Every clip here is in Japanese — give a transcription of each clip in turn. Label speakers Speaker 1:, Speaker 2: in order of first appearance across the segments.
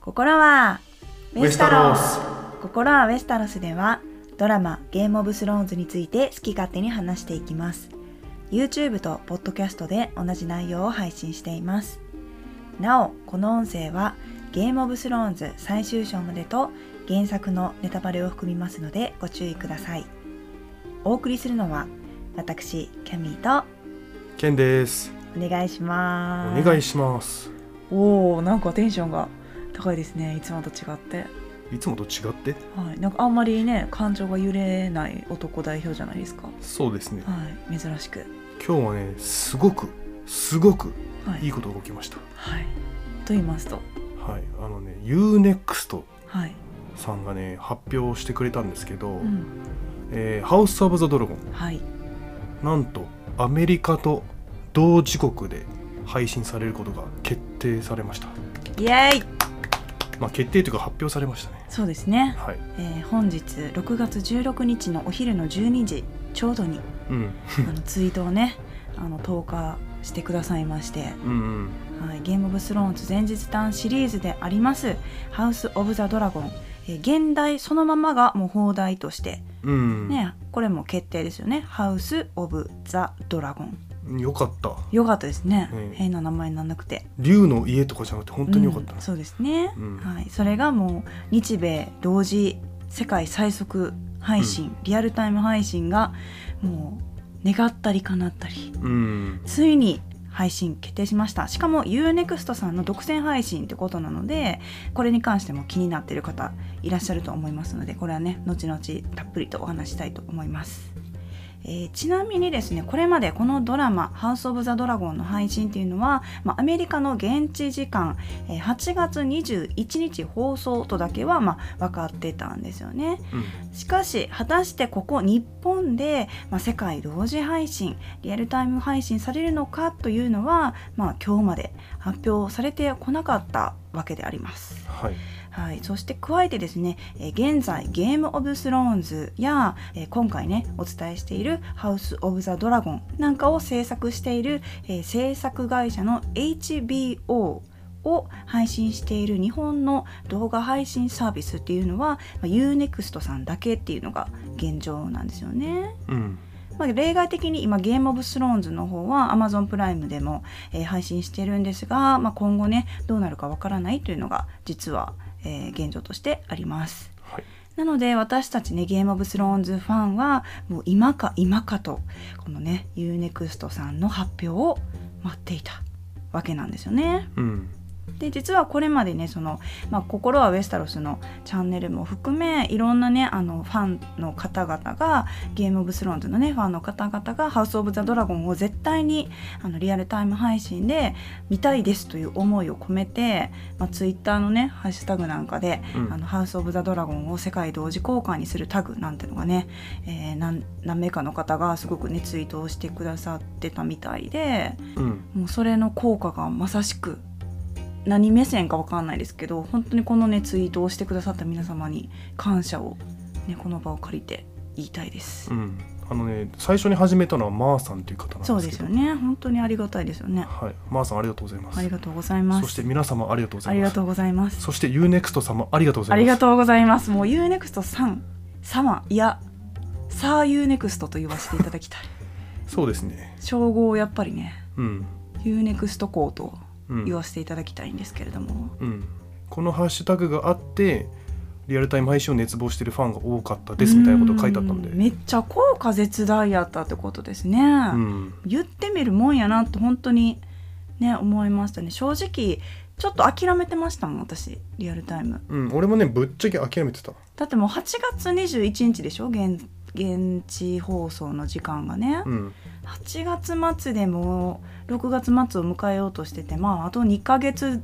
Speaker 1: 心はウ
Speaker 2: ウェスタロス
Speaker 1: 心はウェスタロスではドラマゲームオブスローンズについて好き勝手に話していきます YouTube と Podcast で同じ内容を配信していますなおこの音声はゲームオブスローンズ最終章までと原作のネタバレを含みますのでご注意くださいお送りするのは私キャミーと
Speaker 2: ケンです
Speaker 1: お願いし
Speaker 2: お
Speaker 1: ます
Speaker 2: 願いします
Speaker 1: おおなんかテンションが高いですねいつもと違って
Speaker 2: いつもと違って
Speaker 1: はい、なんかあんまりね感情が揺れない男代表じゃないですか
Speaker 2: そうですね
Speaker 1: はい珍しく
Speaker 2: 今日はねすごくすごく
Speaker 1: はい
Speaker 2: いいことが起きました
Speaker 1: はい、と言いますと
Speaker 2: はいあのね UNEXT
Speaker 1: はい、
Speaker 2: さんがね発表してくれたんですけど、
Speaker 1: うん、
Speaker 2: えーハウス・オブ・ザ・ドラゴン
Speaker 1: はい
Speaker 2: なんとアメリカと同時刻で配信されることが決定されました
Speaker 1: イエーイ
Speaker 2: まあ決定というか発表されましたね
Speaker 1: そうですね、
Speaker 2: はい
Speaker 1: えー本日6月16日のお昼の12時ちょう どに
Speaker 2: うん
Speaker 1: あのツイートをねあの投下してくださいまして、
Speaker 2: うんうん
Speaker 1: はい、ゲームオブスローンズ前日談シリーズであります「ハウス・オブ・ザ・ドラゴン」えー現代そのままがもう放題として
Speaker 2: うん、
Speaker 1: ね、これも決定ですよね。ハウス・オブ・ザ・ドラゴン。
Speaker 2: よかった
Speaker 1: よかったですね。
Speaker 2: うん
Speaker 1: 変な名前にならなくて。
Speaker 2: 竜の家とかじゃなくて本当によかった
Speaker 1: う
Speaker 2: で
Speaker 1: ん
Speaker 2: す、
Speaker 1: そうですね、
Speaker 2: うん
Speaker 1: はい。それがもう日米同時世界最速配信、リアルタイム配信がもう願ったり叶ったり、
Speaker 2: うん
Speaker 1: ついに配信決定しました。しかも UNEXT さんの独占配信ってことなので、これに関しても気になっている方いらっしゃると思いますので、これはね、後々たっぷりとお話ししたいと思います。えーちなみにですねこれまでこのドラマ「ハウス・オブ・ザ・ドラゴン」の配信っていうのは、まあ、アメリカの現地時間、えー8月21日放送とだけは、まあ、分かってたんですよね。
Speaker 2: うん
Speaker 1: しかし果たしてここ日本で、まあ、世界同時配信リアルタイム配信されるのかというのは、まあ、今日まで発表されてこなかったわけであります。
Speaker 2: はい
Speaker 1: はい、そして加えてですね、えー現在ゲームオブスローンズや、えー今回ねお伝えしているハウスオブザドラゴンなんかを制作している、えー制作会社の HBO を配信している日本の動画配信サービスっていうのは、まあ、UNEXT さんだけっていうのが現状なんですよね。
Speaker 2: うん
Speaker 1: まあ、例外的に今ゲームオブスローンズの方は Amazon プライムでも、えー配信してるんですが、まあ、今後ねどうなるかわからないというのが実は、えー現状としてあります。
Speaker 2: はい
Speaker 1: なので私たちねゲームオブスローンズファンはもう今か今かとこのね UNEXT さんの発表を待っていたわけなんですよね。
Speaker 2: うん
Speaker 1: で実はこれまでねその、まあ、心はウェスタロスのチャンネルも含めいろんなねあのファンの方々がゲームオブスローンズのねファンの方々がハウス・オブ・ザ・ドラゴンを絶対にあのリアルタイム配信で見たいですという思いを込めて、まあ、ツイッターのねハッシュタグなんかで「
Speaker 2: う
Speaker 1: あ
Speaker 2: ん
Speaker 1: のハウス・オブ・ザ・ドラゴン」を世界同時公開にするタグなんてのがね、えー何何名かの方がすごくねツイートをしてくださってたみたいで。
Speaker 2: うん
Speaker 1: もうそれの効果がまさしく何目線かわかんないですけど本当にこのねツイートをしてくださった皆様に感謝を、ね、この場を借りて言いたいです、
Speaker 2: うんあのね最初に始めたのはマーさんという方なんですけ
Speaker 1: そ
Speaker 2: ど
Speaker 1: うですよね本当にありがたいですよね
Speaker 2: はいマーさんありがとうございます
Speaker 1: ありがとうございます
Speaker 2: そして皆様ありがとうござ
Speaker 1: あ
Speaker 2: い
Speaker 1: り
Speaker 2: ま
Speaker 1: が
Speaker 2: す
Speaker 1: とうございます
Speaker 2: そして UNEXT 様ありがとうござ
Speaker 1: あ
Speaker 2: い
Speaker 1: り
Speaker 2: ま
Speaker 1: が
Speaker 2: す
Speaker 1: とうございますもう UNEXT さん様いやさあ UNEXT と言わせていただきたい
Speaker 2: そうですね
Speaker 1: 称号をやっぱりね
Speaker 2: うん、
Speaker 1: UNEXT 校と
Speaker 2: う
Speaker 1: 言わ
Speaker 2: ん
Speaker 1: せていただきたいんですけれども、
Speaker 2: うん、このハッシュタグがあってリアルタイム配信を熱望してるファンが多かったですみたいなことが書いてあったんで
Speaker 1: うんめっちゃ効果絶大やったってことですね、
Speaker 2: うん
Speaker 1: 言ってみるもんやなって本当にね思いましたね正直ちょっと諦めてましたもん私リアルタイム
Speaker 2: うん、俺もねぶっちゃけ諦めてた
Speaker 1: だってもう8月21日でしょ現現地放送の時間がね
Speaker 2: うん
Speaker 1: 8月末でもう6月末を迎えようとしててまああと2ヶ月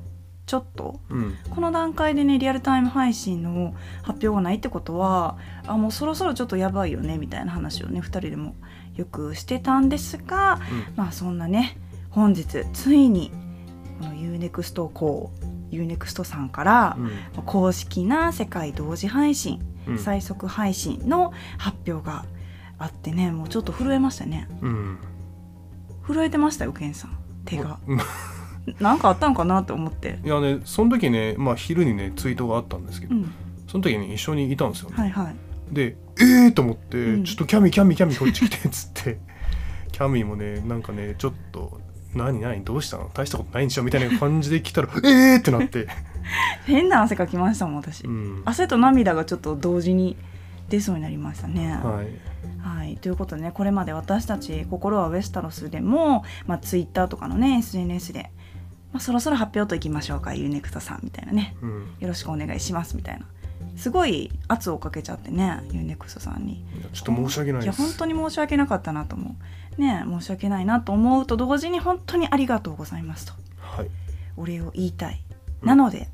Speaker 1: ちょっと
Speaker 2: うん
Speaker 1: この段階でねリアルタイム配信の発表がないってことはあもうそろそろちょっとやばいよねみたいな話をね2人でもよくしてたんですが、
Speaker 2: うん
Speaker 1: まあそんなね本日ついにこの UNEXT こう UNEXT さんから
Speaker 2: うん
Speaker 1: 公式な世界同時配信、
Speaker 2: うん
Speaker 1: 最速配信の発表があってねもうちょっと震えましたね
Speaker 2: うん
Speaker 1: 震えてましたよケンさん手が
Speaker 2: うん
Speaker 1: なんかあったのかなと思って、
Speaker 2: いやねその時ね、まあ、昼にねツイートがあったんですけ
Speaker 1: う
Speaker 2: ど、
Speaker 1: ん、
Speaker 2: その時に一緒にいたんですよね、
Speaker 1: はいはい
Speaker 2: でえーと思って、
Speaker 1: うん
Speaker 2: ちょっとキャミキャミキャミこっち来てっつって キャミもねなんかねちょっと何何どうしたの大したことないんでしょみたいな感じで来たら えーってなって、
Speaker 1: 変な汗かきましたもん私、
Speaker 2: うん
Speaker 1: 汗と涙がちょっと同時に出そうになりましたね。
Speaker 2: はい、
Speaker 1: はい、ということでねこれまで私たち「心はウェスタロス」でも、まあ、Twitter とかのね SNS で、まあ、そろそろ発表といきましょうかユーネクタさんみたいなね
Speaker 2: うん、
Speaker 1: よろしくお願いしますみたいなすごい圧をかけちゃってねユーネクストさんに
Speaker 2: いやちょっと申し訳な
Speaker 1: い
Speaker 2: いで
Speaker 1: や
Speaker 2: す
Speaker 1: 本当に申し訳なかったなと思うねえ申し訳ないなと思うと同時に本当にありがとうございますと
Speaker 2: はい
Speaker 1: お礼を言いたい
Speaker 2: うん
Speaker 1: なので、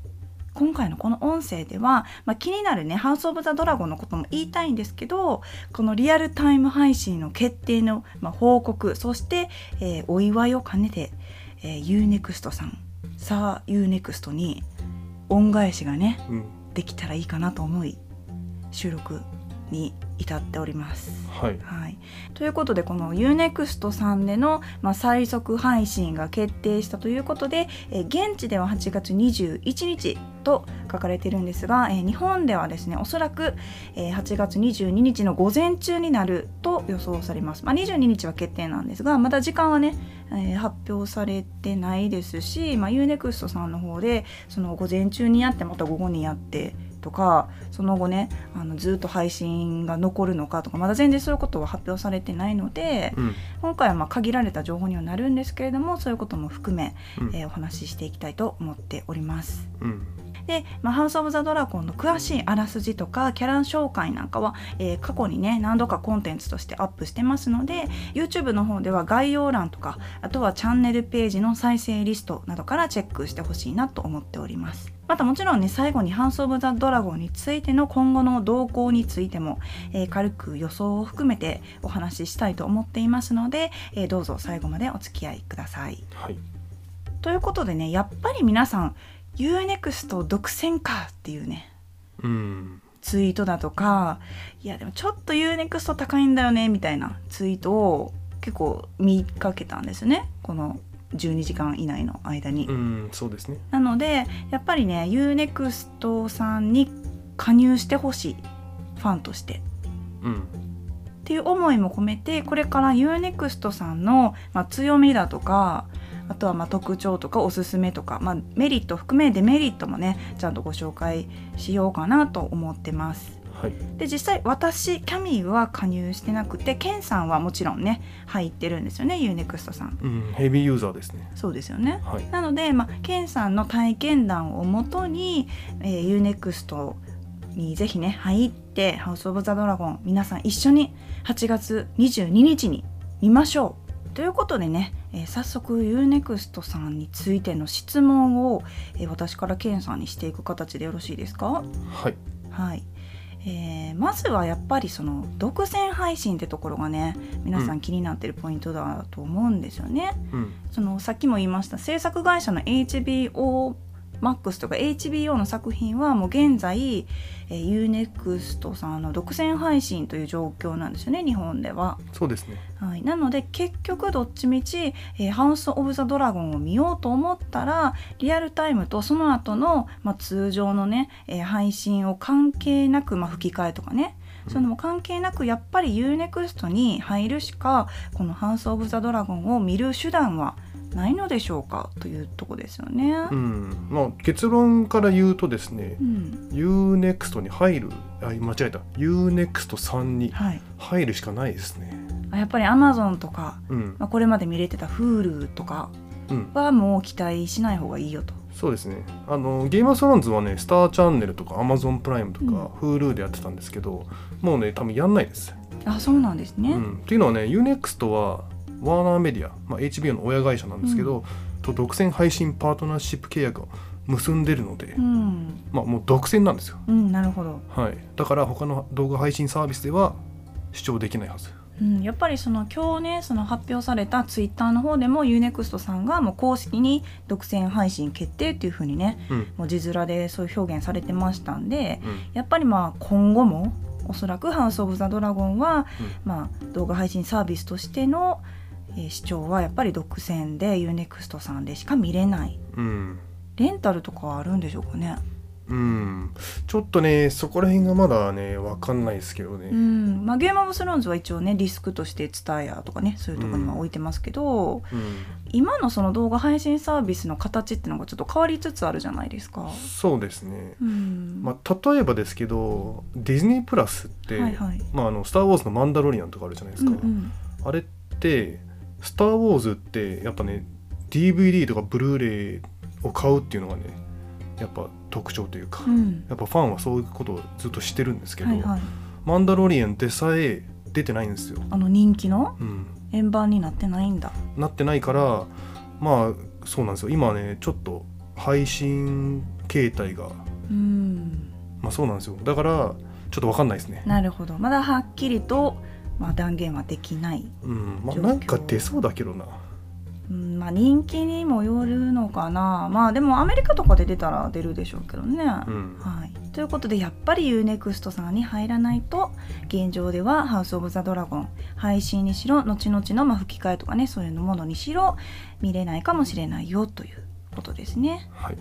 Speaker 1: 今回のこの音声では、まあ、気になるね「ハウス・オブ・ザ・ドラゴン」のことも言いたいんですけどこのリアルタイム配信の決定の、まあ、報告そして、えーお祝いを兼ねて、えー、UNEXT さんさあ UNEXT に恩返しがね
Speaker 2: うん、
Speaker 1: できたらいいかなと思い収録に至っております。
Speaker 2: はい
Speaker 1: はい、ということでこの UNEXT さんでの、まあ、最速配信が決定したということで、えー現地では8月21日と書かれているんですが、えー日本ではですねおそらく、えー8月22日の午前中になると予想されます、まあ、22日は決定なんですがまだ時間はね、えー発表されてないですし、まあ、UNEXT さんの方でその午前中にやってまた午後にやってとかその後ねあのずっと配信が残るのかとかまだ全然そういうことは発表されてないので
Speaker 2: うん
Speaker 1: 今回はまあ限られた情報にはなるんですけれどもそういうことも含め、
Speaker 2: うん
Speaker 1: えーお話ししていきたいと思っております。
Speaker 2: うん
Speaker 1: で、まあ、ハウス・オブ・ザ・ドラゴンの詳しいあらすじとかキャラ紹介なんかは、えー過去にね何度かコンテンツとしてアップしてますので YouTube の方では概要欄とかあとはチャンネルページの再生リストなどからチェックしてほしいなと思っておりますまたもちろんね最後にハウス・オブ・ザ・ドラゴンについての今後の動向についても、えー軽く予想を含めてお話ししたいと思っていますので、えーどうぞ最後までお付き合いください
Speaker 2: はい
Speaker 1: ということでねやっぱり皆さん UNEXT 独占かっていうね
Speaker 2: うん
Speaker 1: ツイートだとかいやでもちょっと UNEXT 高いんだよねみたいなツイートを結構見かけたんですねこの12時間以内の間に。
Speaker 2: うんそうですね
Speaker 1: なのでやっぱりね UNEXT さんに加入してほしいファンとして
Speaker 2: うん
Speaker 1: っていう思いも込めてこれから UNEXT さんの、まあ、強みだとかあとはまあ特徴とかおすすめとか、まあ、メリット含めデメリットもねちゃんとご紹介しようかなと思ってます。
Speaker 2: はい
Speaker 1: で実際私キャミーは加入してなくてケンさんはもちろんね入ってるんですよね UNEXT さん。
Speaker 2: うんヘビーユーザーですね
Speaker 1: そうですよね
Speaker 2: はい
Speaker 1: なので、まあ、ケンさんの体験談をもとに、えー、UNEXT にぜひね入って「ハウス・オブ・ザ・ドラゴン」皆さん一緒に8月22日に見ましょうということでね、えー早速 UNEXT さんについての質問を、えー私からケンさんにしていく形でよろしいですか
Speaker 2: はい
Speaker 1: はい、えーまずはやっぱりその独占配信ってところがね皆さ
Speaker 2: うん
Speaker 1: 気になってるポイントだと思うんですよね。
Speaker 2: うん
Speaker 1: そのさっきも言いました制作会社の HBO Max とか HBO の作品はもう現在、えー、UNEXT さんの独占配信という状況なんですよね日本では、
Speaker 2: そうですね
Speaker 1: はい、なので結局どっちみち、えーハウス・オブ・ザ・ドラゴンを見ようと思ったらリアルタイムとその後のまあ、通常のね、えー配信を関係なく、まあ、吹き替えとかね
Speaker 2: うん
Speaker 1: そういうのも関係なくやっぱり UNEXT に入るしかこの「ハウス・オブ・ザ・ドラゴン」を見る手段はないのでしょうかというとこですよね。
Speaker 2: うんまあ結論から言うとですね
Speaker 1: うん
Speaker 2: UNEXT に入るあ間違えた UNEXT さんに
Speaker 1: はい、
Speaker 2: 入るしかないですね
Speaker 1: あやっぱり Amazon とか、
Speaker 2: うん
Speaker 1: まあ、これまで見れてた Hulu とか
Speaker 2: うん
Speaker 1: はもう期待しない方がいいよと。
Speaker 2: そうですねあのゲームオブスローンズはねスターチャンネルとか Amazon プライムと
Speaker 1: う
Speaker 2: か Hulu でやってたんですけど、もうね多分やんないです
Speaker 1: あそうなんですね。
Speaker 2: うん、っていうのはね UNEXT はワーナーメディア、まあ、HBO の親会社なんですけど、と独占配信パートナーシップ契約を結んでるので、
Speaker 1: うん、
Speaker 2: まあ、もう独占なんですよ、
Speaker 1: うん、なるほど。
Speaker 2: はい、だから他の動画配信サービスでは視聴できないはず
Speaker 1: うん、やっぱりその今日ねその発表されたツイッターの方でも UNEXT さんがもう公式に独占配信決定っていう風にね
Speaker 2: うん
Speaker 1: もう字面でそういう表現されてましたんで
Speaker 2: うん
Speaker 1: やっぱりまあ今後もおそらく「ハウス・オブ・ザ・ドラゴンは」まあ動画配信サービスとしての、ええー視聴はやっぱり独占で UNEXT さんでしか見れない
Speaker 2: うん
Speaker 1: レンタルとかはあるんでしょうかね、
Speaker 2: うんちょっとねそこら辺がまだね分かんないですけど
Speaker 1: う
Speaker 2: ね
Speaker 1: んまあ、ゲームオブスローンズは一応ねディスクとしてツタヤとかねそういうところには置いてますけど、
Speaker 2: うん
Speaker 1: 今のその動画配信サービスの形ってのがちょっと変わりつつあるじゃないですか。
Speaker 2: そうですね
Speaker 1: うん
Speaker 2: まあ例えばですけどディズニープラスって
Speaker 1: はいはい
Speaker 2: まああのスター・ウォーズ」の「マンダロリアン」とかあるじゃないです
Speaker 1: うん
Speaker 2: か、
Speaker 1: うん
Speaker 2: あれって「スター・ウォーズ」ってやっぱね DVD とかブルーレイを買うっていうのがねやっぱ特徴というか、
Speaker 1: うん
Speaker 2: やっぱファンはそういうことをずっとしてるんですけど「
Speaker 1: はいはい、
Speaker 2: マンダロリアン」でさえ出てないんですよ、
Speaker 1: あの人気の
Speaker 2: うん、
Speaker 1: 円盤になってないんだ。
Speaker 2: なってないからまあそうなんですよ今ねちょっと配信形態が
Speaker 1: うん、
Speaker 2: まあそうなんですよだからちょっと分かんないですね
Speaker 1: なるほどまだはっきりと、まあ、断言はできない、
Speaker 2: うんまあ
Speaker 1: 状況
Speaker 2: なんか出そうだけどな
Speaker 1: うんまあ、人気にもよるのかなまあでもアメリカとかで出たら出るでしょうけどね。
Speaker 2: うん
Speaker 1: はい、ということでやっぱり UNEXT さんに入らないと現状では「ハウス・オブ・ザ・ドラゴン」配信にしろ後々のまあ吹き替えとかねそういうものにしろ見れないかもしれないよということですね。
Speaker 2: はい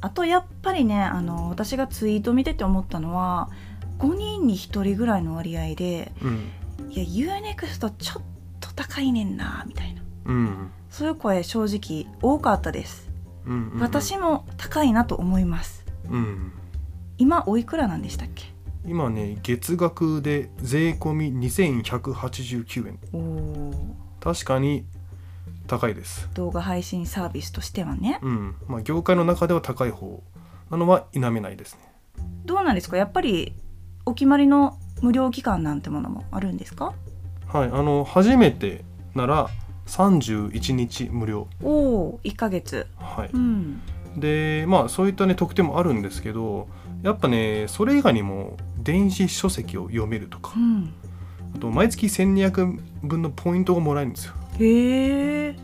Speaker 1: あとやっぱりねあの私がツイート見てて思ったのは5人に1人ぐらいの割合で
Speaker 2: うん
Speaker 1: 「いや UNEXT ちょっと高いねんな」みたいな
Speaker 2: うん
Speaker 1: そういう声正直多かったです。
Speaker 2: うんうん
Speaker 1: 私も高いなと思います。
Speaker 2: うん
Speaker 1: 今おいくらなんでしたっけ
Speaker 2: 今ね月額で税込み2189円
Speaker 1: おー
Speaker 2: 確かに高いです
Speaker 1: 動画配信サービスとしてはね
Speaker 2: うんまあ業界の中では高い方なのは否めないですね
Speaker 1: どうなんですかやっぱりお決まりの無料期間なんてものもあるんですか
Speaker 2: はいあの初めてなら31日無料
Speaker 1: おお1ヶ月
Speaker 2: はい
Speaker 1: うん
Speaker 2: でまあそういったね特典もあるんですけどやっぱねそれ以外にも電子書籍を読めるとか
Speaker 1: うん
Speaker 2: あと毎月1200分のポイントがもらえるんですよ
Speaker 1: へえ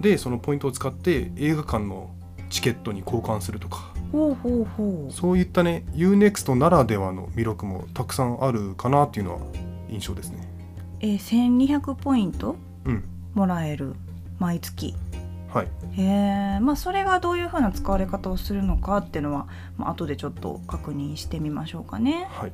Speaker 2: でそのポイントを使って映画館のチケットに交換するとか
Speaker 1: ほうほうほう
Speaker 2: そういったね UNEXT ならではの魅力もたくさんあるかなっていうのは印象ですね
Speaker 1: えー、1200ポイント
Speaker 2: うん
Speaker 1: もらえる毎月
Speaker 2: はい
Speaker 1: へえまあそれがどういうふうな使われ方をするのかっていうのは、まあ後でちょっと確認してみましょうかね
Speaker 2: はい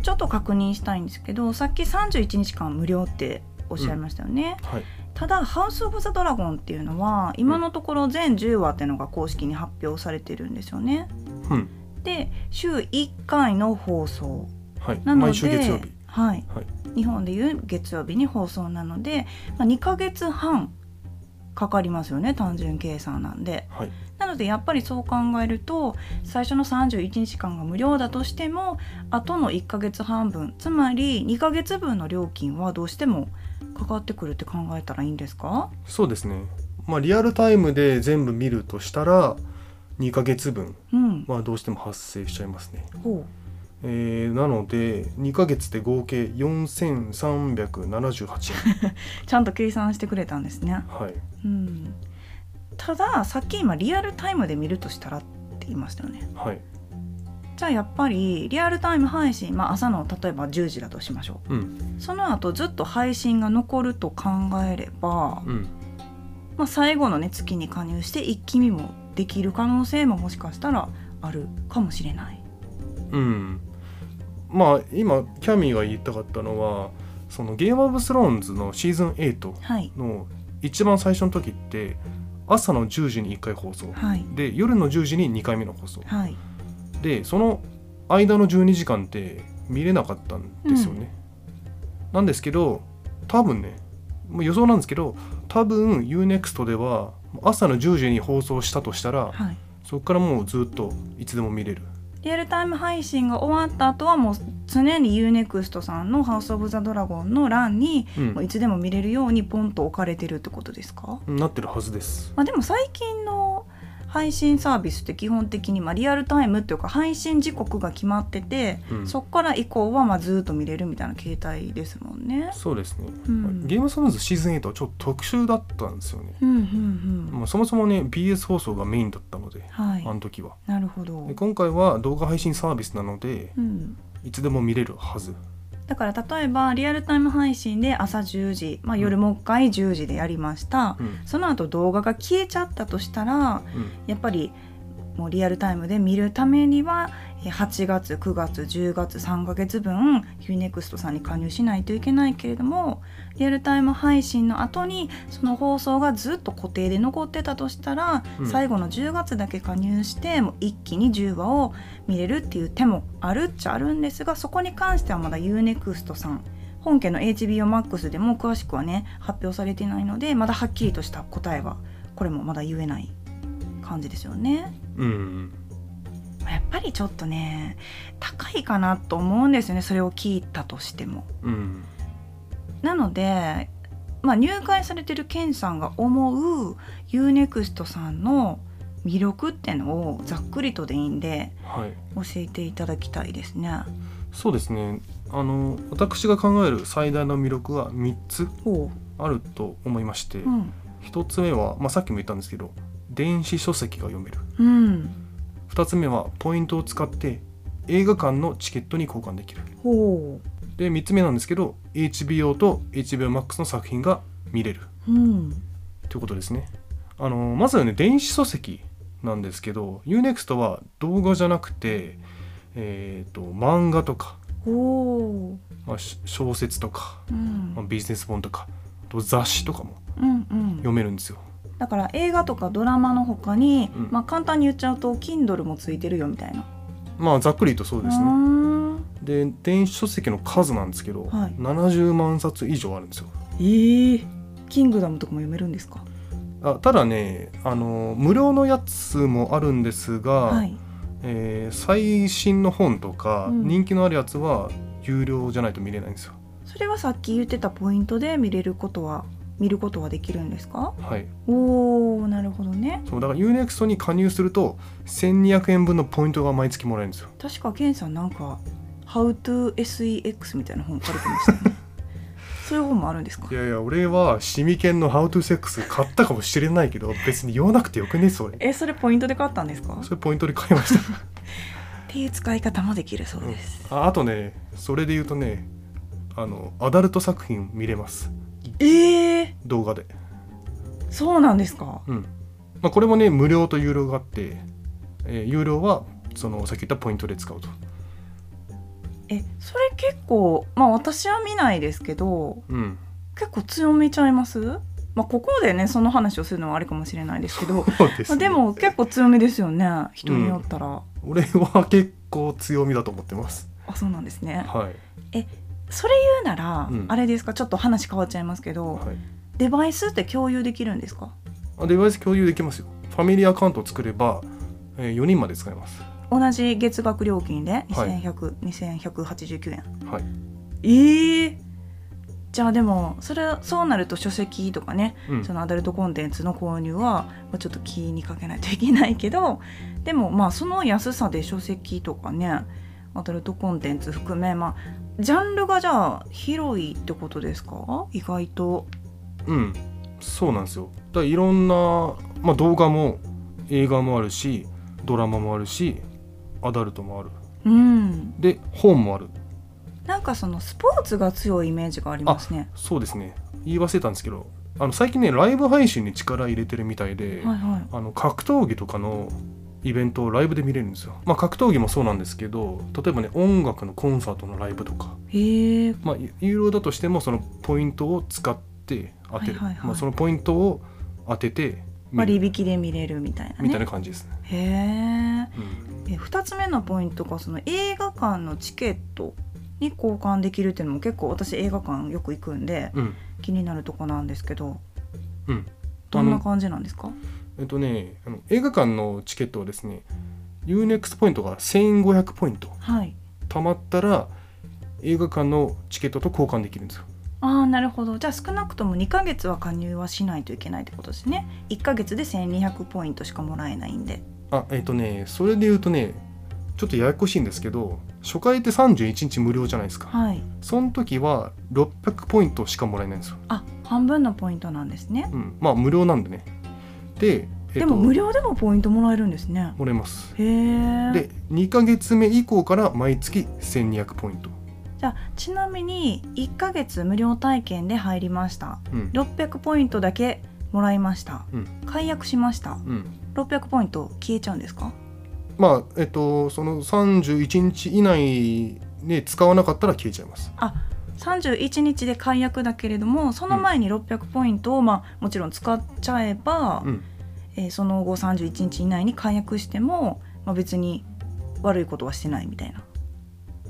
Speaker 1: ちょっと確認したいんですけどさっき31日間無料っておっしゃいましたよね、
Speaker 2: はい
Speaker 1: ただ「ハウス・オブ・ザ・ドラゴン」っていうのは今のところ全10話っていうのが公式に発表されてるんですよね。
Speaker 2: うん
Speaker 1: で週1回の放送
Speaker 2: はい
Speaker 1: なので
Speaker 2: 毎週月曜日
Speaker 1: はい
Speaker 2: はい
Speaker 1: 日本でいう月曜日に放送なので、まあ、2ヶ月半かかりますよね単純計算なんで。
Speaker 2: はい
Speaker 1: なのでやっぱりそう考えると最初の31日間が無料だとしてもあとの1ヶ月半分つまり2ヶ月分の料金はどうしてもかかってくるって考えたらいいんですか
Speaker 2: そうですねまあリアルタイムで全部見るとしたら2ヶ月分
Speaker 1: うん、
Speaker 2: はどうしても発生しちゃいますね
Speaker 1: ほう
Speaker 2: えー、なので2ヶ月で合計4378円
Speaker 1: ちゃんと計算してくれたんですね。
Speaker 2: はい
Speaker 1: うん、たださっき今リアルタイムで見るとしたらって言いましたよね。
Speaker 2: はい
Speaker 1: じゃあやっぱりリアルタイム配信、まあ、朝の例えば10時だとしましょ
Speaker 2: うん
Speaker 1: うその後ずっと配信が残ると考えれば、
Speaker 2: うん
Speaker 1: まあ、最後のね月に加入して一気見もできる可能性ももしかしたらあるかもしれない。
Speaker 2: うん、まあ今キャミーが言いたかったのはそのゲームオブスローンズのシーズン8
Speaker 1: はい、
Speaker 2: の一番最初の時って朝の10時に1回放送
Speaker 1: はい、
Speaker 2: で夜の10時に2回目の放送
Speaker 1: はい
Speaker 2: でその間の12時間って見れなかったんですよね、なんですけど多分ねもう予想なんですけど多分 UNEXT では朝の10時に放送したとしたら
Speaker 1: はい
Speaker 2: そこからもうずっといつでも見れる
Speaker 1: リアルタイム配信が終わった後はもう常に UNEXT さんの「ハウス・オブ・ザ・ドラゴン」の欄に
Speaker 2: うん
Speaker 1: もういつでも見れるようにポンと置かれてるってことですか、
Speaker 2: なってるはずです
Speaker 1: まあ、でも最近の配信サービスって基本的にまあリアルタイムっていうか配信時刻が決まってて、
Speaker 2: うん
Speaker 1: そこから以降はまあずっと見れるみたいな形態ですもんね。
Speaker 2: そうですね、
Speaker 1: うん
Speaker 2: ゲームソンズシーズン8はちょっと特殊だったんですよね、
Speaker 1: うんうんうん
Speaker 2: まあ、そもそもね BS 放送がメインだったので、
Speaker 1: は
Speaker 2: あ
Speaker 1: い、
Speaker 2: の時は
Speaker 1: なるほど
Speaker 2: で、今回は動画配信サービスなので
Speaker 1: うん、
Speaker 2: いつでも見れるはず
Speaker 1: だから例えばリアルタイム配信で朝10時、まあ、夜もう一回10時でやりました、
Speaker 2: うん
Speaker 1: その後動画が消えちゃったとしたら
Speaker 2: うん
Speaker 1: やっぱりもうリアルタイムで見るためにはえー8月9月10月3ヶ月分 UNEXT さんに加入しないといけないけれどもリアルタイム配信の後にその放送がずっと固定で残ってたとしたら、
Speaker 2: うん
Speaker 1: 最後の10月だけ加入してもう一気に10話を見れるっていう手もあるっちゃあるんですがそこに関してはまだ UNEXT さん本家の HBOMAX でも詳しくはね発表されてないのでまだはっきりとした答えはこれもまだ言えない感じですよね。
Speaker 2: うん
Speaker 1: やっぱりちょっとね高いかなと思うんですよねそれを聞いたとしても。
Speaker 2: うん
Speaker 1: なので、まあ、入会されてるケンさんが思う UNEXT さんの魅力ってのをざっくりとでいいんで
Speaker 2: はい
Speaker 1: 教えていただきたいですね。
Speaker 2: そうですねあの私が考える最大の魅力は3つ
Speaker 1: ほ
Speaker 2: あると思いまして、
Speaker 1: う、うん、
Speaker 2: 1つ目は、まあ、さっきも言ったんですけど電子書籍が読める
Speaker 1: うん、
Speaker 2: 2つ目はポイントを使って映画館のチケットに交換できる
Speaker 1: ほ
Speaker 2: で3つ目なんですけど HBO と HBOMAX の作品が見れる
Speaker 1: う、うん、
Speaker 2: ということですねあのまずはね電子書籍なんですけど UNEXT は動画じゃなくてえっ、と漫画とか、
Speaker 1: ほう、
Speaker 2: まあ、し小説とか、
Speaker 1: うん
Speaker 2: まあ、、ビジネス本とかあと雑誌とかも
Speaker 1: うん、うん。
Speaker 2: 読めるんですよ
Speaker 1: だから映画とかドラマの他に、
Speaker 2: うん
Speaker 1: まあ簡単に言っちゃうと Kindle もついてるよみたいな。
Speaker 2: まあざっくり言うとそうです
Speaker 1: うー
Speaker 2: ね
Speaker 1: ん
Speaker 2: で電子書籍の数なんですけど、
Speaker 1: はい
Speaker 2: 70万冊以上あるんですよ
Speaker 1: ええキングダムとかも読めるんですか。
Speaker 2: あただねあの無料のやつもあるんですが、
Speaker 1: はい。
Speaker 2: えー最新の本とか、
Speaker 1: うん
Speaker 2: 人気のあるやつは有料じゃないと見れないんですよ。
Speaker 1: それはさっき言ってたポイントで見れることは見ることはできるんですか。
Speaker 2: はい、
Speaker 1: おお、なるほどね。
Speaker 2: そうだから UNEXT に加入すると1200円分のポイントが毎月もらえるんですよ。
Speaker 1: 確かケンさんなんか How to SEX みたいな本書かれてましたよ ね。そういう本もあるんですか
Speaker 2: い。やいや俺はシミケンの「How to Sex」買ったかもしれない けど別に言わなくてよくねそれ。
Speaker 1: え、それポイントで買ったんですか。っ
Speaker 2: それポイントで買いました。
Speaker 1: ていう使い方もできるそうです。
Speaker 2: ああとねそれで言うとねあのアダルト作品見れます
Speaker 1: ええ
Speaker 2: 動画で。
Speaker 1: そうなんですか。
Speaker 2: うんまあ、これもね無料と有料があって、えー有料はそのさっき言ったポイントで使うと。
Speaker 1: え、それ結構、まあ私は見ないですけど、
Speaker 2: うん
Speaker 1: 結構強めちゃいます。まあここでね、その話をするのはあれかもしれないですけど。
Speaker 2: そうです
Speaker 1: まあ、
Speaker 2: ね
Speaker 1: でも結構強めですよね人によったら、
Speaker 2: 俺は結構強みだと思ってます。
Speaker 1: あそうなんですね
Speaker 2: はい。
Speaker 1: それ言うなら、
Speaker 2: うん
Speaker 1: あれですかちょっと話変わっちゃいますけど
Speaker 2: はい、
Speaker 1: デバイスって共有できるんですか
Speaker 2: あデバイス共有できますよ。ファミリーアカウントを作れば、えー、4人まで使えます。
Speaker 1: 同じ月額料金で
Speaker 2: い
Speaker 1: 2100、2189円
Speaker 2: はい。
Speaker 1: ええじゃあでもそれそうなると書籍とかね、
Speaker 2: うん
Speaker 1: そのアダルトコンテンツの購入は、まあ、ちょっと気にかけないといけないけど でもまあその安さで書籍とかねアダルトコンテンツ含めまあジャンルがじゃあ広いってことですか意外と。
Speaker 2: うん。そうなんですよ。だからいろんな、まあ、動画も映画もあるし、ドラマもあるし、アダルトもある。
Speaker 1: うん、
Speaker 2: で、本もある。
Speaker 1: なんかそのスポーツが強いイメージがありますね。
Speaker 2: そうですね。言い忘れたんですけど、あの最近ね、ライブ配信に力入れてるみたいで、
Speaker 1: はいはい。
Speaker 2: あの格闘技とかのイベントをライブで見れるんですよ、まあ、格闘技もそうなんですけど例えばね音楽のコンサートのライブとか、
Speaker 1: へえ
Speaker 2: まあ、い有料だとしてもそのポイントを使って当てる、
Speaker 1: はいはいはい
Speaker 2: まあ、そのポイントを当てて見
Speaker 1: 割
Speaker 2: る
Speaker 1: 引で見れるみたいな
Speaker 2: みたいな
Speaker 1: ね。
Speaker 2: 感じですね、
Speaker 1: へえ。
Speaker 2: うん
Speaker 1: え2つ目のポイントがその映画館のチケットに交換できるっていうのも結構私映画館よく行くんで
Speaker 2: うん
Speaker 1: 気になるとこなんですけど
Speaker 2: うん
Speaker 1: どんな感じなんですか
Speaker 2: えっとねあの映画館のチケットはですね UNEXT ポイントが1500ポイント
Speaker 1: はい
Speaker 2: 貯まったら映画館のチケットと交換できるんですよ
Speaker 1: ああなるほどじゃあ少なくとも2ヶ月は加入はしないといけないってことですね1ヶ月で1200ポイントしかもらえないんで
Speaker 2: あえっ、とねそれで言うとねちょっとややこしいんですけど初回って31日無料じゃないですか、
Speaker 1: はい
Speaker 2: その時は600ポイントしかもらえないんですよ、
Speaker 1: あ半分のポイントなんですね
Speaker 2: うん、まあ無料なんでねで、えっと
Speaker 1: でも無料でもポイントもらえるんですね
Speaker 2: もらえます
Speaker 1: へえ
Speaker 2: で2ヶ月目以降から毎月1200ポイント
Speaker 1: じゃあちなみに1ヶ月無料体験で入りました
Speaker 2: うん
Speaker 1: 600ポイントだけもらいました、
Speaker 2: うん
Speaker 1: 解約しました
Speaker 2: うん、
Speaker 1: 600ポイント消えちゃうんですか
Speaker 2: まあえっとその31日以内で使わなかったら消えちゃいます
Speaker 1: あ31日で解約だけれどもその前に600ポイントを、まあ、もちろん使っちゃえば、
Speaker 2: うん
Speaker 1: えーその後31日以内に解約しても、まあ、別に悪いことはしてないみたいな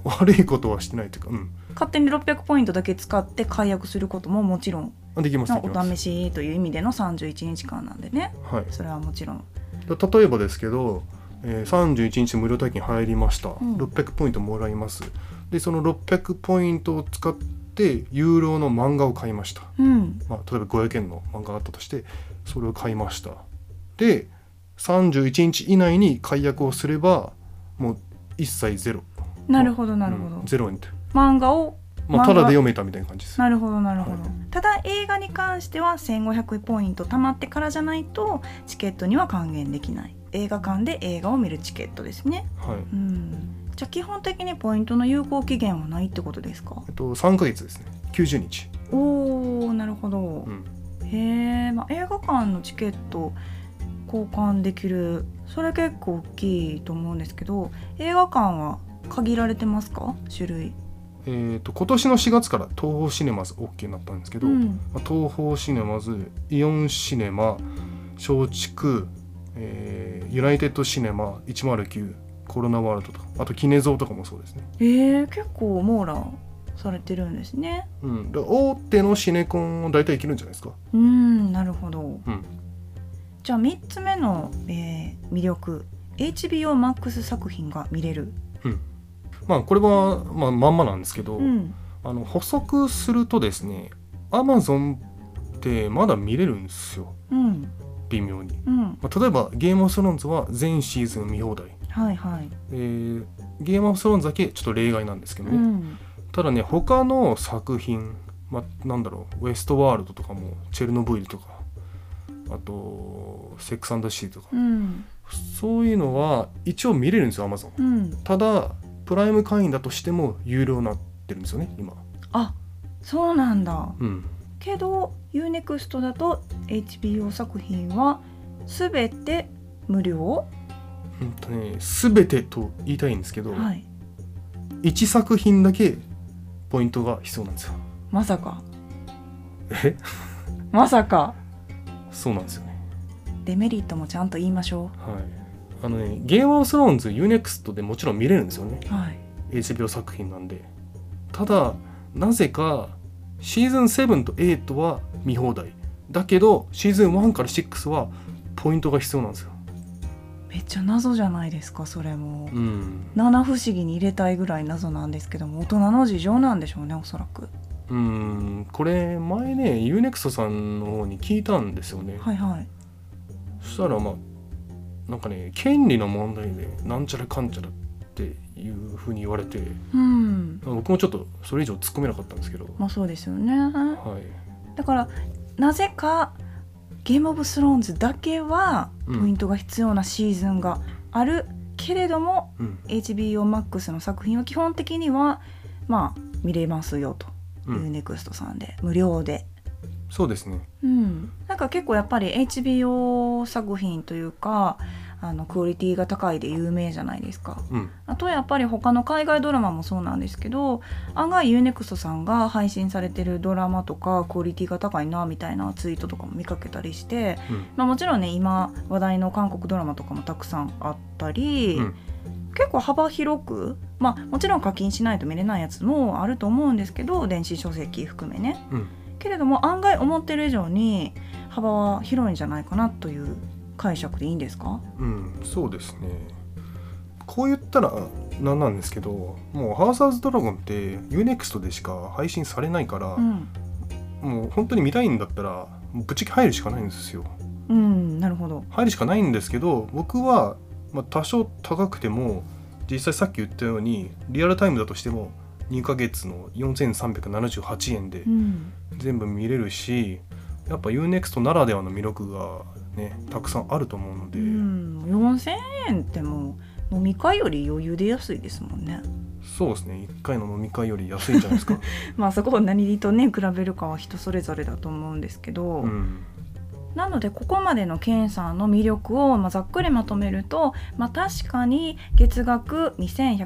Speaker 2: 悪いことはしてないというかう
Speaker 1: 勝手に600ポイントだけ使って解約することももちろん
Speaker 2: んできますでき
Speaker 1: お
Speaker 2: ます
Speaker 1: 試しという意味での31日間なんでね
Speaker 2: はい
Speaker 1: それはもちろん
Speaker 2: 例えばですけど、えー、31日無料体験入りました、
Speaker 1: ん
Speaker 2: 600ポイントもらいますでその600ポイントを使って有料の漫画を買いました、
Speaker 1: うん
Speaker 2: まあ、例えば500円の漫画があったとしてそれを買いましたで31日以内に解約をすればもう一切ゼロ
Speaker 1: なるほどなるほど、
Speaker 2: うんゼロ円って、
Speaker 1: 漫画を
Speaker 2: ま
Speaker 1: 漫画
Speaker 2: あ、ただで読めたみたいな感じです
Speaker 1: なるほどなるほど、
Speaker 2: はい
Speaker 1: ただ映画に関しては1500ポイント貯まってからじゃないとチケットには還元できない映画館で映画を見るチケットですね
Speaker 2: はい
Speaker 1: うんじゃあ基本的にポイントの有効期限はないってことですか
Speaker 2: えっと、3ヶ月ですね90日、
Speaker 1: おーなるほど
Speaker 2: う、ん、
Speaker 1: へえ、まあ、映画館のチケット交換できるそれ結構大きいと思うんですけど映画館は限られてますか種類
Speaker 2: えー、と今年の4月から東宝シネマズ OK になったんですけど、
Speaker 1: うん
Speaker 2: まあ東宝シネマズイオンシネマ松竹、えーユナイテッドシネマ109コロナワールドとかあとキネゾーとかもそうですね、
Speaker 1: えー、結構網羅されてるんですね
Speaker 2: うん、で大手のシネコンは大体いけるんじゃないですか
Speaker 1: うーんなるほど、
Speaker 2: うん
Speaker 1: じゃあ3つ目の、えー魅力 HBO Max 作品が見れる、
Speaker 2: まあこれは、まあ、まんまなんですけど、
Speaker 1: うん、
Speaker 2: あの補足するとですねアマゾンってまだ見れるんですよ
Speaker 1: うん
Speaker 2: 微妙に、
Speaker 1: うん
Speaker 2: まあ、例えばゲームオブスローンズは全シーズン見放題
Speaker 1: はいはい、
Speaker 2: えーゲームオブスローンズだけちょっと例外なんですけど
Speaker 1: う
Speaker 2: ね、
Speaker 1: ん、
Speaker 2: ただね他の作品、まあ、なんだろうウエストワールドとかもチェルノブイリとかあとセックスシーとか、
Speaker 1: うん
Speaker 2: そういうのは一応見れるんですよアマゾン
Speaker 1: うん
Speaker 2: ただプライム会員だとしても有料になってるんですよね今
Speaker 1: あそうなんだ
Speaker 2: うん
Speaker 1: けど UNEXT だと HBO 作品は全て無料、
Speaker 2: ほんとね全てと言いたいんですけど、
Speaker 1: はい、
Speaker 2: 一1作品だけポイントが必要なんですよ
Speaker 1: まさか
Speaker 2: え
Speaker 1: まさか
Speaker 2: そうなんですよね
Speaker 1: デメリットもちゃんと言いましょ
Speaker 2: はいあのねゲームオブスローンズ UNEXT でもちろん見れるんですよね
Speaker 1: うはい
Speaker 2: HBO 作品なんでただなぜかシーズン7と8は見放題だけどシーズン1から6はポイントが必要なんですよ、
Speaker 1: めっちゃ謎じゃないですかそれも
Speaker 2: うん
Speaker 1: 七不思議に入れたいぐらい謎なんですけども大人の事情なんでしょうねおそらく
Speaker 2: うんこれ前ね UNEXT さんの方に聞いたんですよね、
Speaker 1: はいはい
Speaker 2: そしたらまあなんかね権利の問題でなんちゃらかんちゃらっていうふうに言われて
Speaker 1: うん
Speaker 2: 僕もちょっとそれ以上突っ込めなかったんですけど、
Speaker 1: まあそうですよね
Speaker 2: はい
Speaker 1: だからなぜかゲームオブスローンズだけはポ
Speaker 2: うん
Speaker 1: イントが必要なシーズンがあるけれども、
Speaker 2: うん、、
Speaker 1: HBO Max の作品は基本的にはまあ見れますよといううん NEXT さんで、無料で
Speaker 2: そうですね
Speaker 1: うん、なんか結構やっぱり HBO 作品というかあのクオリティが高いで有名じゃないですか
Speaker 2: うん
Speaker 1: あとやっぱり他の海外ドラマもそうなんですけど案外 UNEXT さんが配信されてるドラマとかクオリティが高いなみたいなツイートとかも見かけたりして、
Speaker 2: うん
Speaker 1: まあ、もちろんね今話題の韓国ドラマとかもたくさんあったり、
Speaker 2: うん
Speaker 1: 結構幅広く、まあ、もちろん課金しないと見れないやつもあると思うんですけど電子書籍含めね
Speaker 2: うん
Speaker 1: けれども案外思ってる以上に幅は広いんじゃないかなという解釈でいいんですか
Speaker 2: うん、そうですねこう言ったらなんなんですけどもう「ハーサーズドラゴン」って UNEXT でしか配信されないから、
Speaker 1: うん、
Speaker 2: もう本当に見たいんだったらもうぶっちゃけ入るしかないんですよ
Speaker 1: うん、なるほど
Speaker 2: 入るしかないんですけど僕は、まあ、多少高くても実際さっき言ったようにリアルタイムだとしても2ヶ月の4378円で
Speaker 1: うん、
Speaker 2: 全部見れるしやっぱ UNEXT ならではの魅力がねたくさんあると思うの
Speaker 1: う
Speaker 2: で、
Speaker 1: ん、4000円ってもう飲み会より余裕で安いですもんね
Speaker 2: そうですね1回の飲み会より安いんじゃないですか、
Speaker 1: まあそこを何とね比べるかは人それぞれだと思うんですけど、
Speaker 2: うん、
Speaker 1: なのでここまでのケンさんの魅力をまあざっくりまとめると、まあ、確かに月額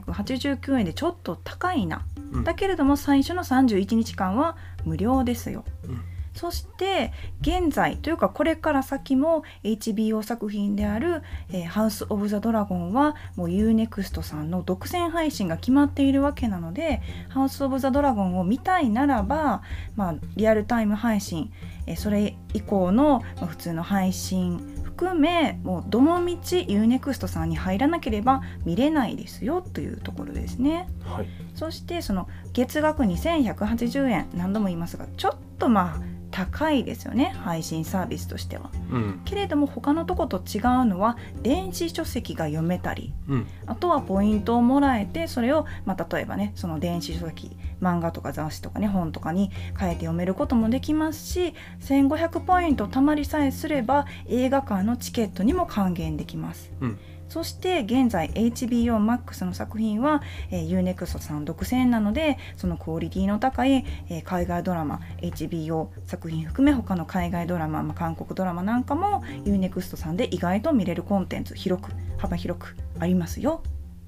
Speaker 1: 2189円でちょっと高いな、
Speaker 2: うん
Speaker 1: だけれども最初の31日間は無料ですよ。
Speaker 2: うん
Speaker 1: そして現在というかこれから先も HBO 作品である「えーハウス・オブ・ザ・ドラゴン」はもう UNEXT さんの独占配信が決まっているわけなので「ハウス・オブ・ザ・ドラゴン」を見たいならば、まあ、リアルタイム配信えーそれ以降のまあ普通の配信含めもうどの道 UNEXT さんに入らなければ見れないですよというところですね。
Speaker 2: はい、
Speaker 1: そしてその月額2180円何度も言いますがちょっとまあ高いですよね配信サービスとしては。
Speaker 2: うん
Speaker 1: けれども他のとこと違うのは電子書籍が読めたり
Speaker 2: うん
Speaker 1: あとはポイントをもらえてそれを、まあ、例えばねその電子書籍漫画とか雑誌とかね本とかに変えて読めることもできますし1500ポイント貯まりさえすれば映画館のチケットにも還元できます。
Speaker 2: うん
Speaker 1: そして現在 HBO Max の作品は、えー、UNEXT さん独占なのでそのクオリティの高い、えー海外ドラマ HBO 作品含め他の海外ドラマ、まあ、韓国ドラマなんかも UNEXT さんで意外と見れるコンテンツ広く幅広くありますよ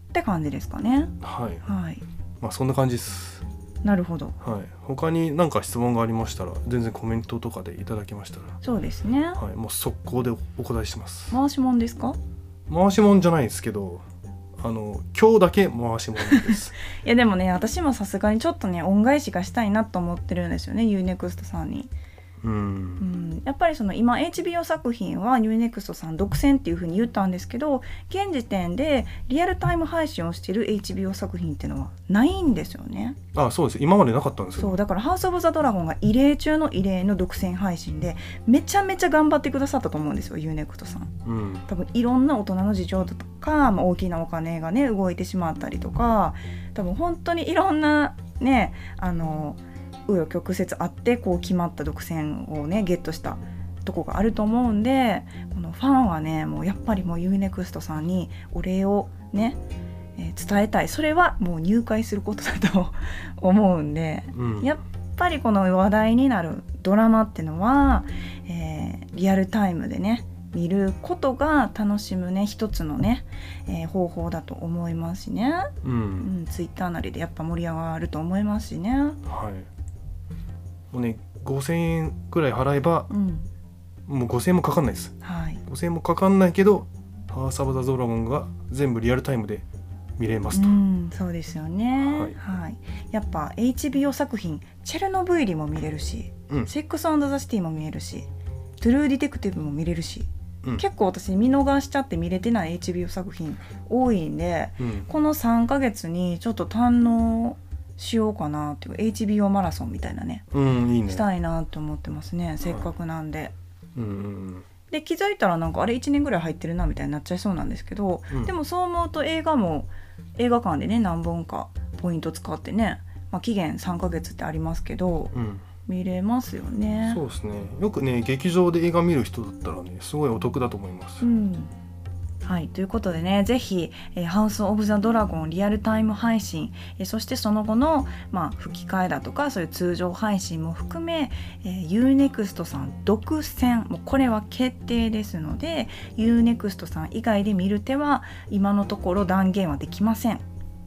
Speaker 1: って感じですかね。
Speaker 2: はい
Speaker 1: はい、
Speaker 2: まあそんな感じです
Speaker 1: なるほど
Speaker 2: はい他に何か質問がありましたら全然コメントとかでいただきました
Speaker 1: そうですね
Speaker 2: ら、。はい、もう速攻でお答えします
Speaker 1: 回しもんですか
Speaker 2: 回しもんじゃないですけどあの今日だけ回しもんです
Speaker 1: いやでもね私もさすがにちょっとね恩返しがしたいなと思ってるんですよね UNEXT さんに。
Speaker 2: う
Speaker 1: うんん、やっぱりその今 HBO 作品は UNEXT さん独占っていう風に言ったんですけど現時点でリアルタイム配信をしてる HBO 作品っていうのはないんですよね。
Speaker 2: あそうです今までなかったんですよ
Speaker 1: そうだから「ハウス・オブ・ザ・ドラゴン」が異例中の異例の独占配信でめちゃめちゃ頑張ってくださったと思うんですよ UNEXT さん。
Speaker 2: うん
Speaker 1: 多分いろんな大人の事情とか、まあ、大きなお金がね動いてしまったりとか多分本当にいろんなねあの紆余曲折あってこう決まった独占をねゲットしたとこがあると思うんでこのファンはねもうやっぱりもう UNEXT さんにお礼をね、えー伝えたいそれはもう入会することだと思うんで
Speaker 2: うん
Speaker 1: やっぱりこの話題になるドラマってのは、えーリアルタイムでね見ることが楽しむね一つのね、えー方法だと思いますしね、
Speaker 2: う
Speaker 1: うんん、ツイッターなりでやっぱ盛り上がると思いますしね、
Speaker 2: はいもうね5000円くらい払えば
Speaker 1: うん
Speaker 2: もう5000円もかかんないです
Speaker 1: はい、
Speaker 2: 5000円もかかんないけどハーサブ・ザ・ドラゴンが全部リアルタイムで見れます
Speaker 1: う
Speaker 2: と、
Speaker 1: ん、そうですよね、は
Speaker 2: はいい
Speaker 1: やっぱ HBO 作品「チェルノブイリ」も見れるし
Speaker 2: うん
Speaker 1: 「セックス・アンド・ザ・シティ」も見れるし「トゥルー・ディテクティブ」も見れるし、
Speaker 2: うん
Speaker 1: 結構私見逃しちゃって見れてない HBO 作品多いんで
Speaker 2: うん、
Speaker 1: この3ヶ月にちょっと堪能しようかなっていう HBO マラソンみたいなね
Speaker 2: うん、いいね
Speaker 1: したいなと思ってますねせっかくなんで。
Speaker 2: うんうん
Speaker 1: で気づいたらなんかあれ1年ぐらい入ってるなみたいになっちゃいそうなんですけど、
Speaker 2: うん
Speaker 1: でもそう思うと映画も映画館でね何本かポイント使ってね、まあ、期限3ヶ月ってありますけど
Speaker 2: うん、
Speaker 1: 見れますよ
Speaker 2: う
Speaker 1: ね
Speaker 2: ん、そうですねよくね劇場で映画見る人だったらねすごいお得だと思います、
Speaker 1: うんはい、ということでねぜひ、えーハウス・オブ・ザ・ドラゴン」リアルタイム配信、えーそしてその後の、まあ、吹き替えだとかそういう通常配信も含め、えー、UNEXT さん独占もうこれは決定ですので UNEXT さん以外で見る手は今のところ断言はできません。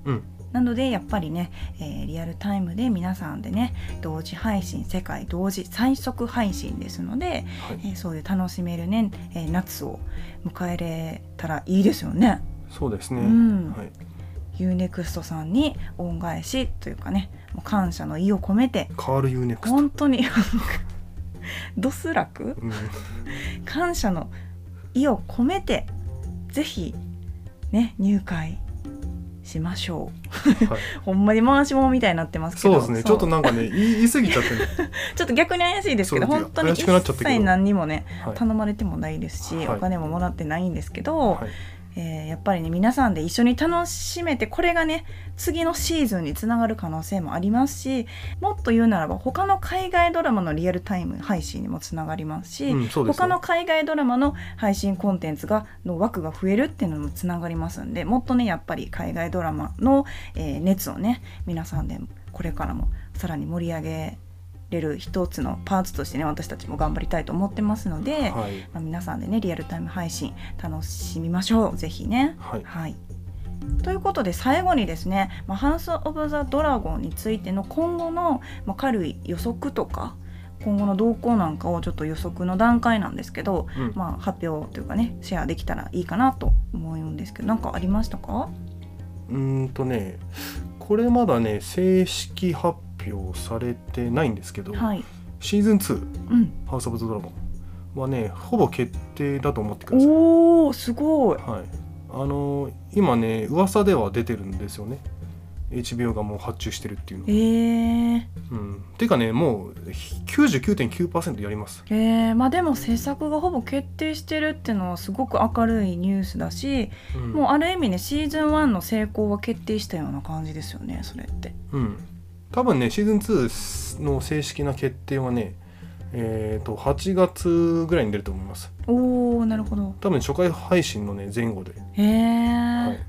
Speaker 2: うん
Speaker 1: なのでやっぱりね、えーリアルタイムで皆さんでね同時配信世界同時最速配信ですので、
Speaker 2: はい
Speaker 1: えーそういう楽しめるね、えー夏を迎えれたらいいですよね。
Speaker 2: そうですね、
Speaker 1: うん
Speaker 2: はい、
Speaker 1: UNEXT さんに恩返しというかねもう感謝の意を込めて
Speaker 2: カール・ユーネクスト、
Speaker 1: 本当に ドスラク
Speaker 2: うん
Speaker 1: 感謝の意を込めてぜひね入会しましょ
Speaker 2: はいう
Speaker 1: ほんまに回し物みたいになってますけ
Speaker 2: そう
Speaker 1: ど
Speaker 2: ですねちょっとなんかね言い言い過ぎちゃっ てる、
Speaker 1: ちょっと逆に怪しいですけど
Speaker 2: そう
Speaker 1: 本当に
Speaker 2: 怪
Speaker 1: 一
Speaker 2: しくなっちゃったけど
Speaker 1: 切何にもね
Speaker 2: はい
Speaker 1: 頼まれてもないですし、
Speaker 2: はい
Speaker 1: お金ももらってないんですけど、
Speaker 2: はい、
Speaker 1: えーやっぱりね皆さんで一緒に楽しめてこれがね次のシーズンにつながる可能性もありますしもっと言うならば他の海外ドラマのリアルタイム配信にもつながりますし、
Speaker 2: うんそうです
Speaker 1: 他
Speaker 2: ね
Speaker 1: の海外ドラマの配信コンテンツがの枠が増えるっていうのにもつながりますんでもっとねやっぱり海外ドラマの、えー熱をね皆さんでこれからもさらに盛り上げれる一つのパーツとしてね私たちも頑張りたいと思ってますので、ま
Speaker 2: はい
Speaker 1: あ、皆さんでねリアルタイム配信楽しみましょうぜひね。
Speaker 2: はい
Speaker 1: はいということで最後にですね「まあ、ハウス・オブ・ザ・ドラゴン」についての今後の、まあ、軽い予測とか今後の動向なんかをちょっと予測の段階なんですけど、
Speaker 2: うん
Speaker 1: まあ、発表というかねシェアできたらいいかなと思うんですけど何かありましたか
Speaker 2: うーんとねこれまだね正式発表されてないんですけど、
Speaker 1: はい、
Speaker 2: シーズン2
Speaker 1: うん、
Speaker 2: 「ハウス・オブ・ザ・ドラゴン」はねほぼ決定だと思ってください。
Speaker 1: おーすごい
Speaker 2: はい、あの今ね噂では出てるんですよね HBO がもう発注してるっていうの
Speaker 1: え。ー、
Speaker 2: うん、ていうかねもう99.9%やります。
Speaker 1: えー、まあでも制作がほぼ決定してるっていうのはすごく明るいニュースだし、
Speaker 2: うん
Speaker 1: もうある意味ねシーズン1の成功は決定したような感じですよねそれって。
Speaker 2: うん、多分ねシーズン2の正式な決定はねえー、と8月ぐらいに出ると思います
Speaker 1: おーなるほど
Speaker 2: 多分初回配信のね前後で、
Speaker 1: へえ、
Speaker 2: はい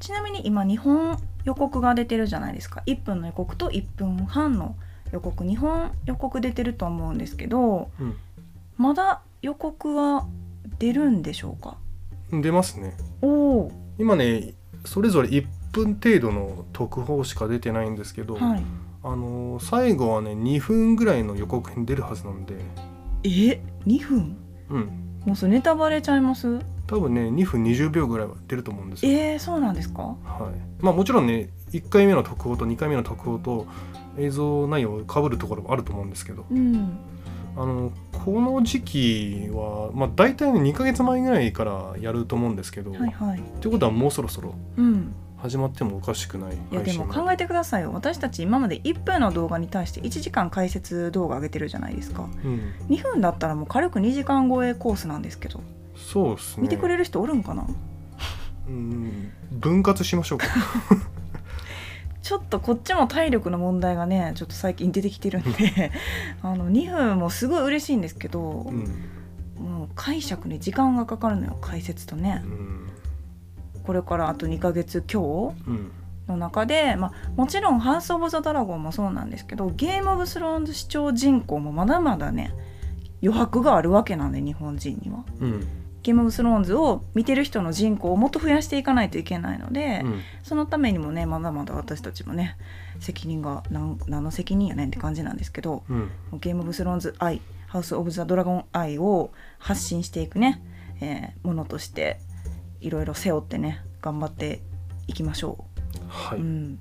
Speaker 1: ちなみに今日本予告が出てるじゃないですか1分の予告と1分半の予告2本予告出てると思うんですけどまだ予告は出るんでしょうか
Speaker 2: うん、出ますね
Speaker 1: おお、
Speaker 2: 今ねそれぞれ1分程度の特報しか出てないんですけど、
Speaker 1: はい
Speaker 2: あのー最後はね2分ぐらいの予告編出るはずなんで、
Speaker 1: え2分
Speaker 2: うん、
Speaker 1: もうそれネタバレちゃいます
Speaker 2: 多分ね2分20秒ぐらいは出ると思うんですよ、
Speaker 1: えー、そうなんですか
Speaker 2: はいまあ、もちろんね1回目の特報と2回目の特報と映像内容かぶるところもあると思うんですけど
Speaker 1: うん
Speaker 2: あのこの時期は、まあ、大体ね2ヶ月前ぐらいからやると思うんですけど、
Speaker 1: はいはい
Speaker 2: ってことはもうそろそろ
Speaker 1: うん
Speaker 2: 始まってもおかしくない
Speaker 1: いやでも
Speaker 2: が
Speaker 1: 考えてくださいよ私たち今まで1分の動画に対して1時間解説動画上げてるじゃないですか
Speaker 2: うん、
Speaker 1: 2分だったらもう軽く2時間超えコースなんですけど
Speaker 2: そうですね
Speaker 1: 見てくれる人おるんかな、
Speaker 2: うん分割しましょうか
Speaker 1: ちょっとこっちも体力の問題がねちょっと最近出てきてるん であの2分もすごい嬉しいんですけど、
Speaker 2: うん、
Speaker 1: もう解釈に時間がかかるのよ解説とね
Speaker 2: うん
Speaker 1: これからあと2ヶ月今日
Speaker 2: うん
Speaker 1: の中で、まあ、もちろん「ハウス・オブ・ザ・ドラゴン」もそうなんですけど「ゲーム・オブ・スローンズ」視聴人口もまだまだね余白があるわけなんで日本人には。
Speaker 2: うん
Speaker 1: ゲーム・オブ・スローンズを見てる人の人口をもっと増やしていかないといけないので、
Speaker 2: うん
Speaker 1: そのためにもねまだまだ私たちもね責任が何何の責任やねんって感じなんですけど
Speaker 2: うん
Speaker 1: ゲーム・オブ・スローンズ愛ハウス・オブ・ザ・ドラゴン愛を発信していくね、えーものとしていろいろ背負ってね頑張っていきましょ
Speaker 2: は
Speaker 1: う。
Speaker 2: い、
Speaker 1: うん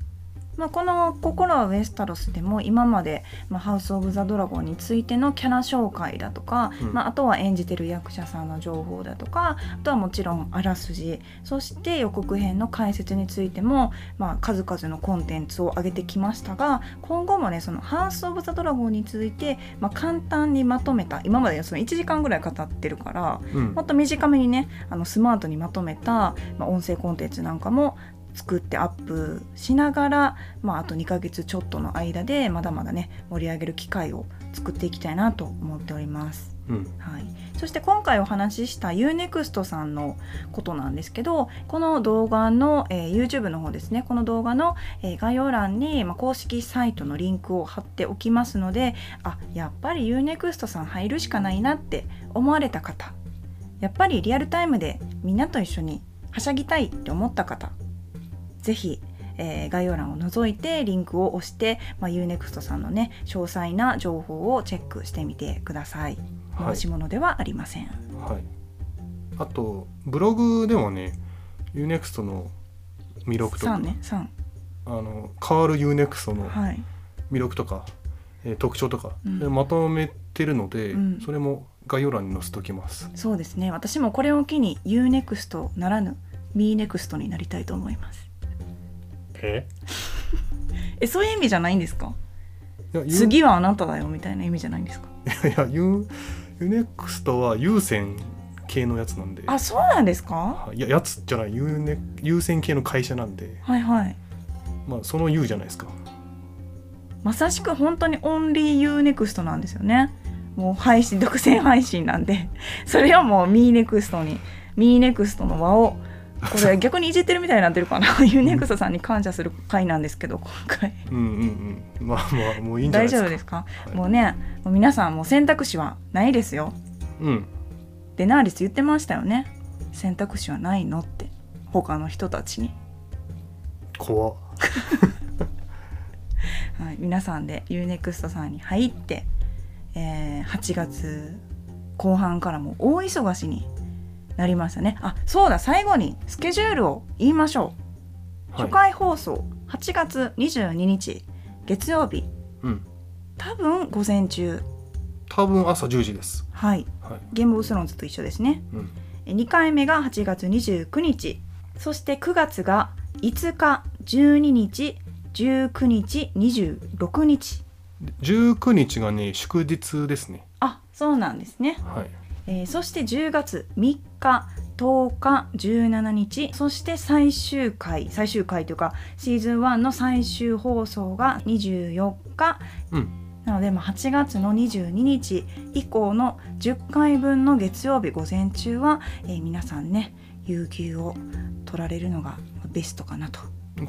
Speaker 1: まあ、この「心はウェスタロス」でも今まで「まあ、ハウス・オブ・ザ・ドラゴン」についてのキャラ紹介だとか、
Speaker 2: うん
Speaker 1: まあ、あとは演じてる役者さんの情報だとかあとはもちろんあらすじそして予告編の解説についても、まあ、数々のコンテンツを上げてきましたが今後もねその「ハウス・オブ・ザ・ドラゴン」について、まあ、簡単にまとめた今までその1時間ぐらい語ってるから
Speaker 2: うん
Speaker 1: もっと短めにねあのスマートにまとめた、まあ、音声コンテンツなんかも作ってアップしながら、まあ、あと2ヶ月ちょっとの間でまだまだね盛り上げる機会を作っていきたいなと思っております。
Speaker 2: うん
Speaker 1: はい、そして今回お話しした UNEXT さんのことなんですけどこの動画の、えー YouTube の方ですねこの動画の、えー概要欄に、まあ、公式サイトのリンクを貼っておきますのであやっぱり UNEXT さん入るしかないなって思われた方やっぱりリアルタイムでみんなと一緒にはしゃぎたいって思った方ぜひ、えー概要欄を覗いてリンクを押して、まあ、UNEXT さんのね詳細な情報をチェックしてみてください。
Speaker 2: は
Speaker 1: 回
Speaker 2: い
Speaker 1: し物ではありません。
Speaker 2: はい、あとブログでもね UNEXT の魅力とか、
Speaker 1: 三ね、三。
Speaker 2: あの変わる UNEXT の
Speaker 1: はい。
Speaker 2: 魅力とか、えー特徴とか、
Speaker 1: うん
Speaker 2: でまとめてるので、
Speaker 1: うん
Speaker 2: それも概要欄に載せておきます。
Speaker 1: そうですね。私もこれを機に UNEXT ならぬ MeNext になりたいと思います。
Speaker 2: え
Speaker 1: え、そういう意味じゃないんですか？
Speaker 2: いや U- い
Speaker 1: 次はあなただよみたいな意味じゃないんですか？
Speaker 2: や U- UNEXT は優先系のやつなんで
Speaker 1: あそうなんですか
Speaker 2: はいいややつじゃない優,、ね、優先系の会社なんで、
Speaker 1: はいはい
Speaker 2: まあ、その U じゃないですか
Speaker 1: まさしく本当にオンリー UNEXT なんですよねもう配信独占配信なんで それをもう MeNext に MeNext の輪をこれ逆にいじってるみたいになってるかな UNEXT さんに感謝する回なんですけど今回
Speaker 2: うんうんうんまあまあもういいんじゃない
Speaker 1: 大
Speaker 2: で
Speaker 1: 丈
Speaker 2: すか
Speaker 1: 夫ですか、
Speaker 2: はい
Speaker 1: もうねもう皆さんもう選択肢はないですよ
Speaker 2: うん
Speaker 1: でナーリス言ってましたよね選択肢はないのって他の人たちに、
Speaker 2: 怖っ
Speaker 1: はい、皆さんで UNEXT さんに入って、えー8月後半からも大忙しになりましたねあそうだ最後にスケジュールを言いましょう、
Speaker 2: はい
Speaker 1: 初回放送8月22日月曜日
Speaker 2: うん
Speaker 1: 多分午前中
Speaker 2: 多分朝10時です
Speaker 1: はい
Speaker 2: はい
Speaker 1: ゲームオブスローンズと一緒ですね
Speaker 2: うん
Speaker 1: 2回目が8月29日そして9月が5日12日19日26日
Speaker 2: で19日がね祝日ですね
Speaker 1: あそうなんですね、
Speaker 2: はい
Speaker 1: えーそして10月3日10日17日そして最終回最終回というかシーズン1の最終放送が24日、
Speaker 2: うん
Speaker 1: なのでまあ8月の22日以降の10回分の月曜日午前中は、えー皆さんね有給を取られるのがベストかなと。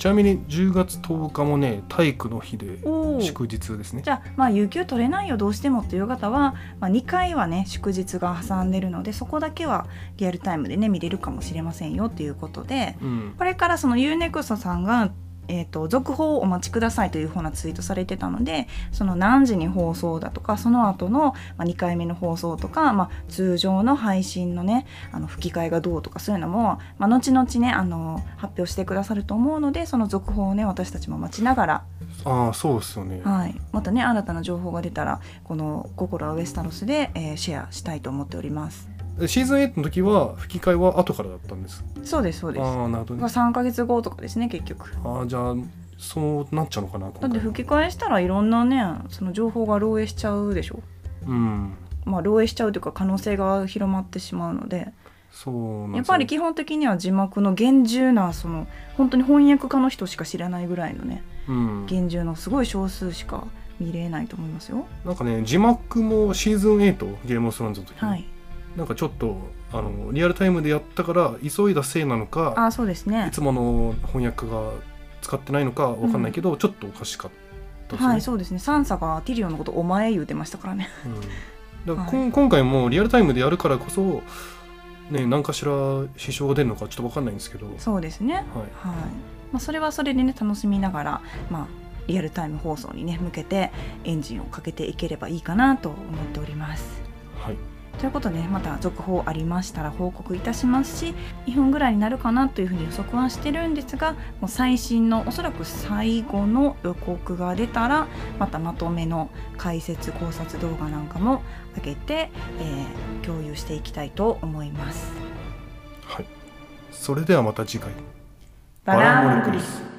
Speaker 2: ちなみに10月10日もね体育の日で
Speaker 1: おー
Speaker 2: 祝日ですね
Speaker 1: じゃあまあ有給取れないよどうしてもっていう方は、まあ、2回はね祝日が挟んでるのでそこだけはリアルタイムでね見れるかもしれませんよっていうことで
Speaker 2: うん
Speaker 1: これからその UNEXT さんが、えー、と続報をお待ちくださいというふうなツイートされてたのでその何時に放送だとかその後の、まあ、2回目の放送とか、まあ、通常の配信のねあの吹き替えがどうとかそういうのも、まあ、後々ねあの発表してくださると思うのでその続報をね私たちも待ちながら
Speaker 2: ああそうですよね
Speaker 1: はい、またね新たな情報が出たらこの「心はウエスタロスで」えーシェアしたいと思っております
Speaker 2: でシーズン8の時は吹き替えは後からだったんです
Speaker 1: そうですそうです
Speaker 2: ああなるほど
Speaker 1: まあ
Speaker 2: ね
Speaker 1: 3ヶ月後とかですね結局
Speaker 2: ああじゃあそうなっちゃうのかな今
Speaker 1: だ
Speaker 2: 回
Speaker 1: って吹き替えしたらいろんなねその情報が漏洩しちゃうでしょ
Speaker 2: うん
Speaker 1: まあ漏洩しちゃうというか可能性が広まってしまうので
Speaker 2: そうなんですよ
Speaker 1: やっぱり基本的には字幕の厳重なその本当に翻訳家の人しか知らないぐらいのね
Speaker 2: うん、
Speaker 1: 厳重のすごい少数しか見れないと思いますよ
Speaker 2: なんかね字幕もシーズン8ゲームオブスローンズの時、
Speaker 1: はい
Speaker 2: なんかちょっとあのリアルタイムでやったから急いだせいなのか
Speaker 1: あそうですね
Speaker 2: いつもの翻訳が使ってないのかわかんないけど、ちょっとおかしかった
Speaker 1: はい
Speaker 2: ですね、
Speaker 1: そうですねサンサがティリオンのこと「お前」言うてましたからね
Speaker 2: うん、だからこん
Speaker 1: は
Speaker 2: 今回もリアルタイムでやるからこそね何かしら支障が出るのかちょっとわかんないんですけど、はい、
Speaker 1: そうですね。はい。まあ、それはそれでね、楽しみながら、まあ、リアルタイム放送にね、向けて。エンジンをかけていければいいかなと思っております。
Speaker 2: はい、
Speaker 1: ということで、また続報ありましたら報告いたしますし2分ぐらいになるかなというふうに予測はしてるんですがもう最新のおそらく最後の予告が出たらまたまとめの解説考察動画なんかも上げて、えー共有していきたいと思います。
Speaker 2: はい、それではまた次回
Speaker 1: バラーボルクリ
Speaker 2: ス